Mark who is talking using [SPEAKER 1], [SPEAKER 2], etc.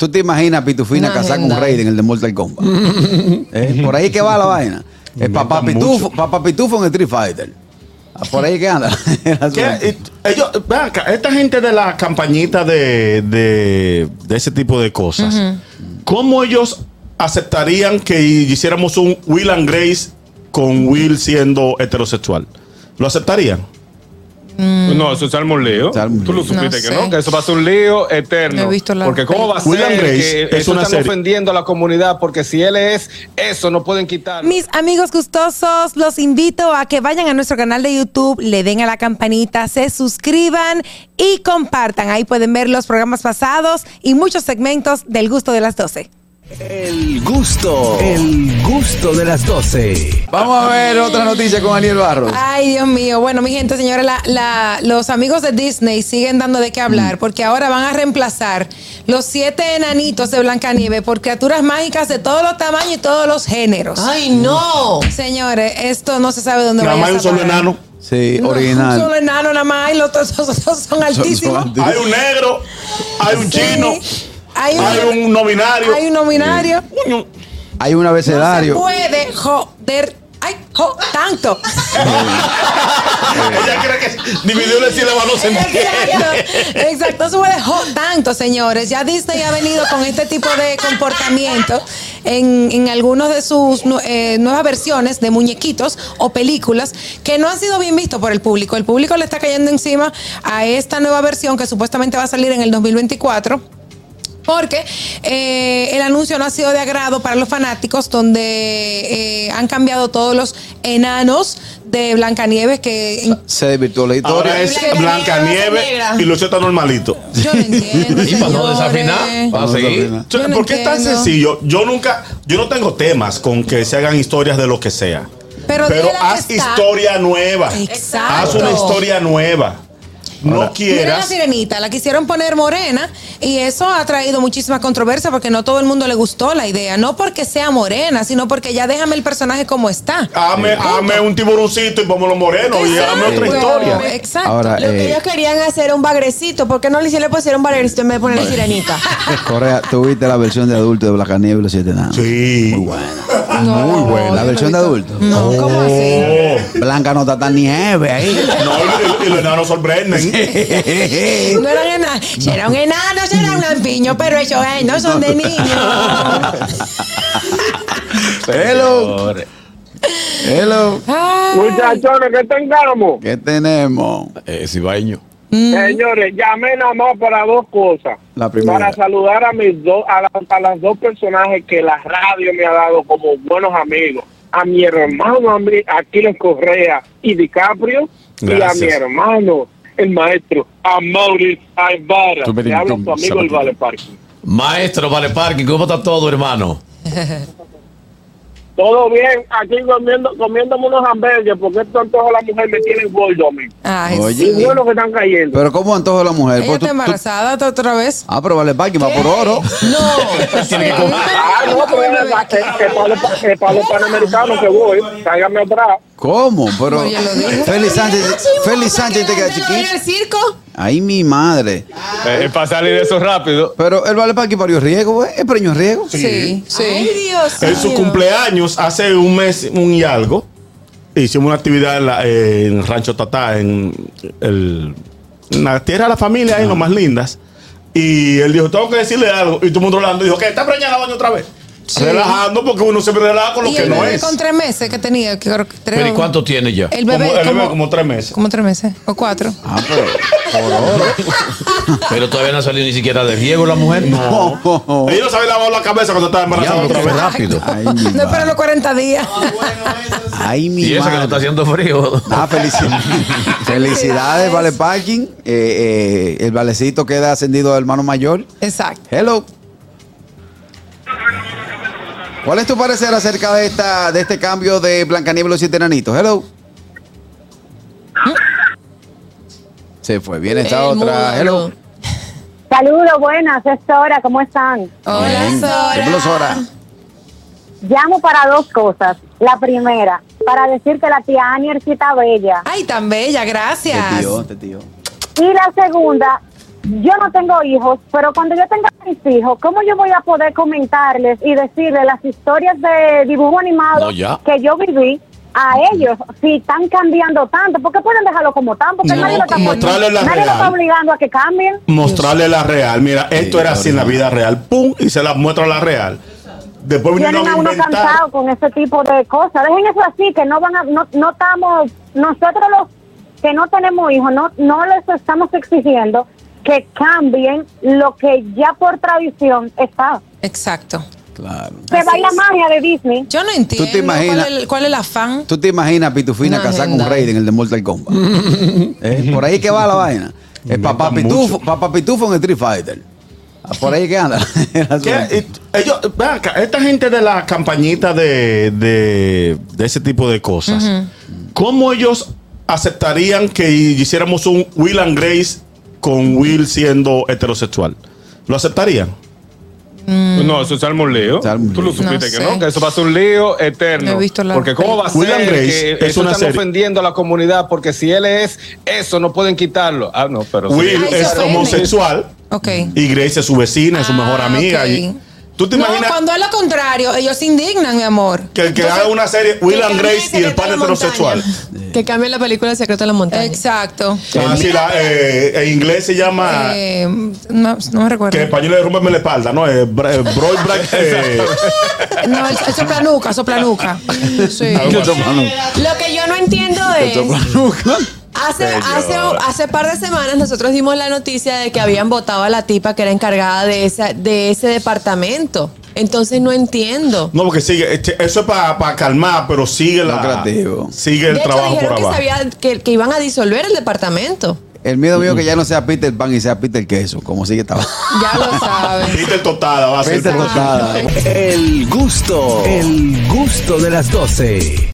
[SPEAKER 1] ¿Tú te imaginas a
[SPEAKER 2] Una
[SPEAKER 1] Pitufina casar con
[SPEAKER 2] agenda,
[SPEAKER 1] Raiden en el de Mortal Kombat? ¿Eh? Por ahí que va la vaina. Es papá
[SPEAKER 3] Inventan
[SPEAKER 1] Pitufo,
[SPEAKER 3] mucho.
[SPEAKER 1] papá Pitufo en Street Fighter. Ah, Por ahí que anda.
[SPEAKER 3] ¿Qué? Y- Ellos, ven acá, esta gente de la campañita de, de, de ese tipo de cosas, ¿cómo ellos aceptarían que hiciéramos un Will and Grace con Will siendo heterosexual? ¿Lo aceptarían?
[SPEAKER 4] Pues
[SPEAKER 5] Mm.
[SPEAKER 4] No, eso es salmoleo.
[SPEAKER 1] Salmoleo.
[SPEAKER 4] Tú lo supiste
[SPEAKER 2] No
[SPEAKER 4] que
[SPEAKER 2] sé.
[SPEAKER 4] no, que eso va a ser un lío eterno.
[SPEAKER 2] No he visto la-
[SPEAKER 4] Porque cómo va a ser
[SPEAKER 3] Will and Grace
[SPEAKER 4] que
[SPEAKER 3] es
[SPEAKER 4] eso
[SPEAKER 3] una
[SPEAKER 4] están
[SPEAKER 3] serie.
[SPEAKER 4] ofendiendo a la comunidad porque si él es eso no pueden quitarlo.
[SPEAKER 5] Mis amigos gustosos, los invito a que vayan a nuestro canal de YouTube, le den a la campanita, se suscriban y compartan. Ahí pueden ver los programas pasados y muchos segmentos del gusto de las 12.
[SPEAKER 6] El gusto, el gusto de las 12.
[SPEAKER 1] Vamos a ver otra noticia con Aniel Barros.
[SPEAKER 5] Ay, Dios mío. Bueno, mi gente, señora, la- la- los amigos de Disney siguen dando de qué hablar porque ahora van a reemplazar los siete enanitos de Blancanieve por criaturas mágicas de todos los tamaños y todos los géneros.
[SPEAKER 2] ¡Ay, no!
[SPEAKER 5] Señores, esto no se sabe dónde va
[SPEAKER 3] Nada
[SPEAKER 5] a
[SPEAKER 3] más hay un solo enano.
[SPEAKER 1] Sí,
[SPEAKER 5] No,
[SPEAKER 1] original.
[SPEAKER 5] Un solo enano nada más y los otros son, son- son altísimos.
[SPEAKER 1] altísimos.
[SPEAKER 3] Hay un negro, hay un
[SPEAKER 5] Sí.
[SPEAKER 3] chino,
[SPEAKER 5] Hay un,
[SPEAKER 3] hay un no binario.
[SPEAKER 5] hay un nominario.
[SPEAKER 1] Hay un
[SPEAKER 5] No se
[SPEAKER 1] abecedario.
[SPEAKER 5] puede joder. Ay, jo, tanto.
[SPEAKER 3] Ella cree que dividió la sílaba no se entiende.
[SPEAKER 5] Exacto, exacto, no se puede joder tanto, señores. Ya Disney ha venido con este tipo de comportamiento en, en algunas de sus nu- eh, nuevas versiones de muñequitos o películas que no han sido bien vistos por el público. El público le está cayendo encima a esta nueva versión que supuestamente va a salir en el 2024. Porque eh, el anuncio no ha sido de agrado para los fanáticos, donde eh, han cambiado todos los enanos de Blancanieves que en-
[SPEAKER 1] Se desvirtuó la
[SPEAKER 3] Ahora
[SPEAKER 1] historia.
[SPEAKER 2] Blanca
[SPEAKER 3] es Blanca
[SPEAKER 2] Nieve,
[SPEAKER 3] Nieve
[SPEAKER 2] negra.
[SPEAKER 3] y Luceta normalito.
[SPEAKER 5] yo no entiendo.
[SPEAKER 7] Y pasó
[SPEAKER 5] señores.
[SPEAKER 7] desafinado. Para
[SPEAKER 1] Vamos a
[SPEAKER 7] seguir.
[SPEAKER 1] ver.
[SPEAKER 3] O sea,
[SPEAKER 5] Yo no
[SPEAKER 3] ¿Por qué es tan
[SPEAKER 5] entiendo.
[SPEAKER 3] sencillo? Yo nunca, yo no tengo temas con que se hagan historias de lo que sea.
[SPEAKER 5] Pero
[SPEAKER 3] Pero,
[SPEAKER 5] dile la
[SPEAKER 3] haz
[SPEAKER 5] que está.
[SPEAKER 3] historia nueva.
[SPEAKER 5] Exacto.
[SPEAKER 3] Haz una historia nueva. No
[SPEAKER 5] Mira la
[SPEAKER 3] quieras.
[SPEAKER 5] sirenita, la quisieron poner morena y eso ha traído muchísima controversia porque no todo el mundo le gustó la idea. No porque sea morena, sino porque ya déjame el personaje como está.
[SPEAKER 3] Hame, hame un tiburoncito y póngalo moreno Ah, y hame otra
[SPEAKER 2] Exacto.
[SPEAKER 3] historia.
[SPEAKER 5] Exacto.
[SPEAKER 1] Ahora,
[SPEAKER 2] Lo que
[SPEAKER 1] eh,
[SPEAKER 2] ellos querían hacer era un bagrecito. ¿Por qué no le hicieron le pusieron un bagrecito en vez de ponerle sirenita?
[SPEAKER 1] Correa, tuviste la versión de adulto de Blancanieves y los siete enanos.
[SPEAKER 3] Sí.
[SPEAKER 1] Muy buena.
[SPEAKER 5] No,
[SPEAKER 1] Muy buena. La
[SPEAKER 5] yo
[SPEAKER 1] versión de
[SPEAKER 5] no he
[SPEAKER 1] adulto.
[SPEAKER 5] No, ¿cómo así?
[SPEAKER 3] Oh.
[SPEAKER 1] Blanca no está tan nieve ahí.
[SPEAKER 3] No, y- y- y los enanos sorprenden.
[SPEAKER 5] No eran enanos, si era un enano, si era un lampiño, pero ellos eh, no son de niños.
[SPEAKER 1] Hello. Hello.
[SPEAKER 8] Muchachones, ¿qué tengamos?
[SPEAKER 1] ¿Qué tenemos?
[SPEAKER 7] Eh, Cibaeño.
[SPEAKER 8] Señores, llamé nada más para dos cosas.
[SPEAKER 1] La primera.
[SPEAKER 8] Para saludar a mis dos, a, la- a las dos personajes que la radio me ha dado como buenos amigos. A mi hermano a mí, Aquiles Correa y DiCaprio. Y a mi
[SPEAKER 3] Gracias.
[SPEAKER 8] hermano, el maestro, a Maurice Aybarra.
[SPEAKER 7] Tum,
[SPEAKER 8] Te habla
[SPEAKER 7] tum,
[SPEAKER 8] tu amigo el
[SPEAKER 7] zapatito.
[SPEAKER 8] Vale Parque.
[SPEAKER 7] Maestro, vale, parking, ¿cómo está todo, hermano?
[SPEAKER 8] Todo bien, aquí comiendo, comiéndome unos hamburgues porque estos antojos la mujer me tienen gordo a mí.
[SPEAKER 5] Ay,
[SPEAKER 1] Oye.
[SPEAKER 5] sí.
[SPEAKER 8] Y bueno que están cayendo.
[SPEAKER 1] Pero ¿cómo antojo la mujer?
[SPEAKER 5] Ella
[SPEAKER 1] Pues tú-
[SPEAKER 5] está embarazada otra vez.
[SPEAKER 1] tú- ah, pero vale, parking va por oro.
[SPEAKER 2] No.
[SPEAKER 8] Ah, no, pero es verdad, que- que para los pa- que para los panamericanos que voy, ¿eh? cáigame atrás.
[SPEAKER 1] ¿Cómo? Pero
[SPEAKER 5] Oye, lo dijo.
[SPEAKER 1] Félix Sánchez, Félix Sánchez te queda
[SPEAKER 2] ¿En
[SPEAKER 1] chiquito.
[SPEAKER 2] el circo?
[SPEAKER 1] Ay, mi madre.
[SPEAKER 4] Eh, eh, para salir de eso rápido.
[SPEAKER 1] Pero el vale parking parió riego, güey. Es premio riego.
[SPEAKER 5] Sí, sí.
[SPEAKER 2] Ay, Dios
[SPEAKER 3] En su
[SPEAKER 2] mío.
[SPEAKER 3] cumpleaños, hace un mes un y algo, hicimos una actividad en, la- eh, en Rancho Tatá, en, el, en la tierra de la familia, ahí, en los más lindas. Y él dijo, tengo que decirle algo. Y todo el mundo hablando, dijo, que está preñada doña otra vez. Relajando porque uno siempre relaja con lo
[SPEAKER 5] y
[SPEAKER 3] que
[SPEAKER 5] el
[SPEAKER 3] no
[SPEAKER 5] bebé
[SPEAKER 3] es.
[SPEAKER 5] con tres meses que tenía, que creo que tres.
[SPEAKER 7] Pero ¿y cuánto tiene ya?
[SPEAKER 5] El
[SPEAKER 3] Como,
[SPEAKER 5] bebé,
[SPEAKER 3] él
[SPEAKER 5] como,
[SPEAKER 3] bebe como tres meses.
[SPEAKER 5] como tres meses o cuatro.
[SPEAKER 1] Ah, pero por oro.
[SPEAKER 7] Pero todavía no ha salido ni siquiera de riego la mujer.
[SPEAKER 3] Ella no sabe lavar la cabeza cuando estaba embarazada
[SPEAKER 7] Diablo,
[SPEAKER 3] otra
[SPEAKER 7] qué
[SPEAKER 3] vez.
[SPEAKER 7] rápido.
[SPEAKER 1] Ay, mi
[SPEAKER 5] No espera
[SPEAKER 1] madre.
[SPEAKER 5] los 40 días.
[SPEAKER 1] Ay, mi
[SPEAKER 7] Y eso que no
[SPEAKER 1] madre.
[SPEAKER 7] está haciendo frío.
[SPEAKER 1] Ah, felicidades. felicidades, Vale Parking. Eh, eh, el valecito queda ascendido a hermano mayor.
[SPEAKER 5] Exacto.
[SPEAKER 1] Hello. ¿Cuál es tu parecer acerca de esta de este cambio de Blancanieves y los siete enanitos? Hello. Se fue. Viene esta
[SPEAKER 2] El
[SPEAKER 1] otra.
[SPEAKER 2] mundo.
[SPEAKER 1] Hello.
[SPEAKER 9] Saludos, buenas, es Sora, ¿cómo están?
[SPEAKER 2] Hola,
[SPEAKER 1] Bien.
[SPEAKER 2] Sora.
[SPEAKER 1] Dímelo, Sora.
[SPEAKER 9] Llamo para dos cosas. La primera, para decir que la tía Aniercita bella.
[SPEAKER 5] Ay, tan bella,
[SPEAKER 1] Te
[SPEAKER 5] gracias.
[SPEAKER 1] tío, te tío.
[SPEAKER 9] Y la segunda, yo no tengo hijos, pero cuando yo tenga mis hijos, ¿cómo yo voy a poder comentarles y decirles las historias de dibujo
[SPEAKER 7] No,
[SPEAKER 9] animado
[SPEAKER 7] ya.
[SPEAKER 9] que yo viví a ellos si están cambiando tanto? ¿Por qué pueden dejarlo como tan? Porque
[SPEAKER 3] No,
[SPEAKER 9] nadie lo está,
[SPEAKER 3] mostrarles la
[SPEAKER 9] nadie lo está
[SPEAKER 3] real.
[SPEAKER 9] obligando a que cambien.
[SPEAKER 3] mostrarle la real. Mira, esto era así en la vida real. Pum, y se la muestra la real. Después
[SPEAKER 9] Tienen
[SPEAKER 3] vinieron
[SPEAKER 9] a
[SPEAKER 3] a
[SPEAKER 9] uno
[SPEAKER 3] inventar.
[SPEAKER 9] cansado con ese tipo de cosas. Dejen eso así, que no van a, no, no estamos, nosotros los que no tenemos hijos, no, no les estamos exigiendo que cambien lo que ya por tradición está.
[SPEAKER 5] Exacto.
[SPEAKER 1] Claro.
[SPEAKER 9] Se va la magia de Disney.
[SPEAKER 5] Yo no entiendo
[SPEAKER 1] ¿Tú te imaginas?
[SPEAKER 5] cuál, es el, cuál es el afán.
[SPEAKER 1] ¿Tú te imaginas a Pitufina
[SPEAKER 5] Una
[SPEAKER 1] casar con
[SPEAKER 5] agenda.
[SPEAKER 1] Raiden, el de Mortal Kombat? ¿Eh? Por ahí que va la vaina. Eh, papá,
[SPEAKER 3] Inventan
[SPEAKER 1] Pitufo,
[SPEAKER 3] mucho.
[SPEAKER 1] papá Pitufo en Street Fighter. Ah, Por ahí que anda. el asunto.
[SPEAKER 3] ¿Qué? Y- Ellos, ven acá, esta gente de la campañita de, de, de ese tipo de cosas, ¿cómo ellos aceptarían que hiciéramos un Will and Grace con Will siendo heterosexual? ¿Lo aceptarían?
[SPEAKER 4] Pues No, eso es un lío.
[SPEAKER 1] Salmo
[SPEAKER 4] Tú
[SPEAKER 1] lío.
[SPEAKER 4] lo
[SPEAKER 5] Mm.
[SPEAKER 4] supiste
[SPEAKER 5] No
[SPEAKER 4] que
[SPEAKER 5] sé.
[SPEAKER 4] no, que eso va a ser un lío eterno.
[SPEAKER 5] No he visto la-
[SPEAKER 4] porque cómo va a ser
[SPEAKER 3] Will and Grace
[SPEAKER 4] que
[SPEAKER 3] es
[SPEAKER 4] eso
[SPEAKER 3] una
[SPEAKER 4] están
[SPEAKER 3] serie.
[SPEAKER 4] ofendiendo a la comunidad porque si él es eso no pueden quitarlo. Ah, no, pero sí.
[SPEAKER 3] Will
[SPEAKER 5] Ay, se
[SPEAKER 3] es
[SPEAKER 5] ofenden.
[SPEAKER 3] homosexual
[SPEAKER 5] Ok.
[SPEAKER 3] y Grace es su vecina, es su
[SPEAKER 5] Ah,
[SPEAKER 3] mejor amiga.
[SPEAKER 5] ok.
[SPEAKER 3] y- ¿Tú te
[SPEAKER 5] No,
[SPEAKER 3] imaginas?
[SPEAKER 5] cuando es lo contrario, ellos se indignan, mi amor.
[SPEAKER 3] Que el que haga una serie, Will and
[SPEAKER 2] cambie
[SPEAKER 3] Grace y el
[SPEAKER 2] Secreto de
[SPEAKER 3] padre
[SPEAKER 2] la
[SPEAKER 3] heterosexual.
[SPEAKER 10] Que cambie la película El secreto de la montaña.
[SPEAKER 5] Exacto.
[SPEAKER 3] Ah, sí, la, eh, en inglés se llama.
[SPEAKER 5] Eh, no, no me recuerdo.
[SPEAKER 3] que en español es Rúmbeme la espalda, ¿no? Eh, bra- eh, Broy Black. eh,
[SPEAKER 5] No, el, el soplanuca, soplanuca. Sí.
[SPEAKER 1] ¿Qué toma nunca?
[SPEAKER 10] Lo que yo no entiendo
[SPEAKER 1] ¿Qué
[SPEAKER 10] es.
[SPEAKER 1] toma nunca?
[SPEAKER 10] Hace,
[SPEAKER 3] Bello.
[SPEAKER 10] hace, hace par de semanas nosotros dimos la noticia de que habían votado a la tipa que era encargada de, esa, de ese departamento. Entonces no entiendo.
[SPEAKER 3] no, porque sigue. este, eso es para calmar, pero sigue la.
[SPEAKER 1] creativo.
[SPEAKER 3] Sigue el
[SPEAKER 10] de hecho,
[SPEAKER 3] trabajo por
[SPEAKER 10] dijeron que,
[SPEAKER 3] abajo.
[SPEAKER 10] sabía que, que iban a disolver el departamento.
[SPEAKER 1] El miedo mío es que ya no sea Peter Pan y sea Peter Queso, como sigue estaba.
[SPEAKER 5] Ya lo sabes.
[SPEAKER 3] Peter Totada va a ser.
[SPEAKER 1] Peter Tostada.
[SPEAKER 6] El gusto, el gusto de las 12.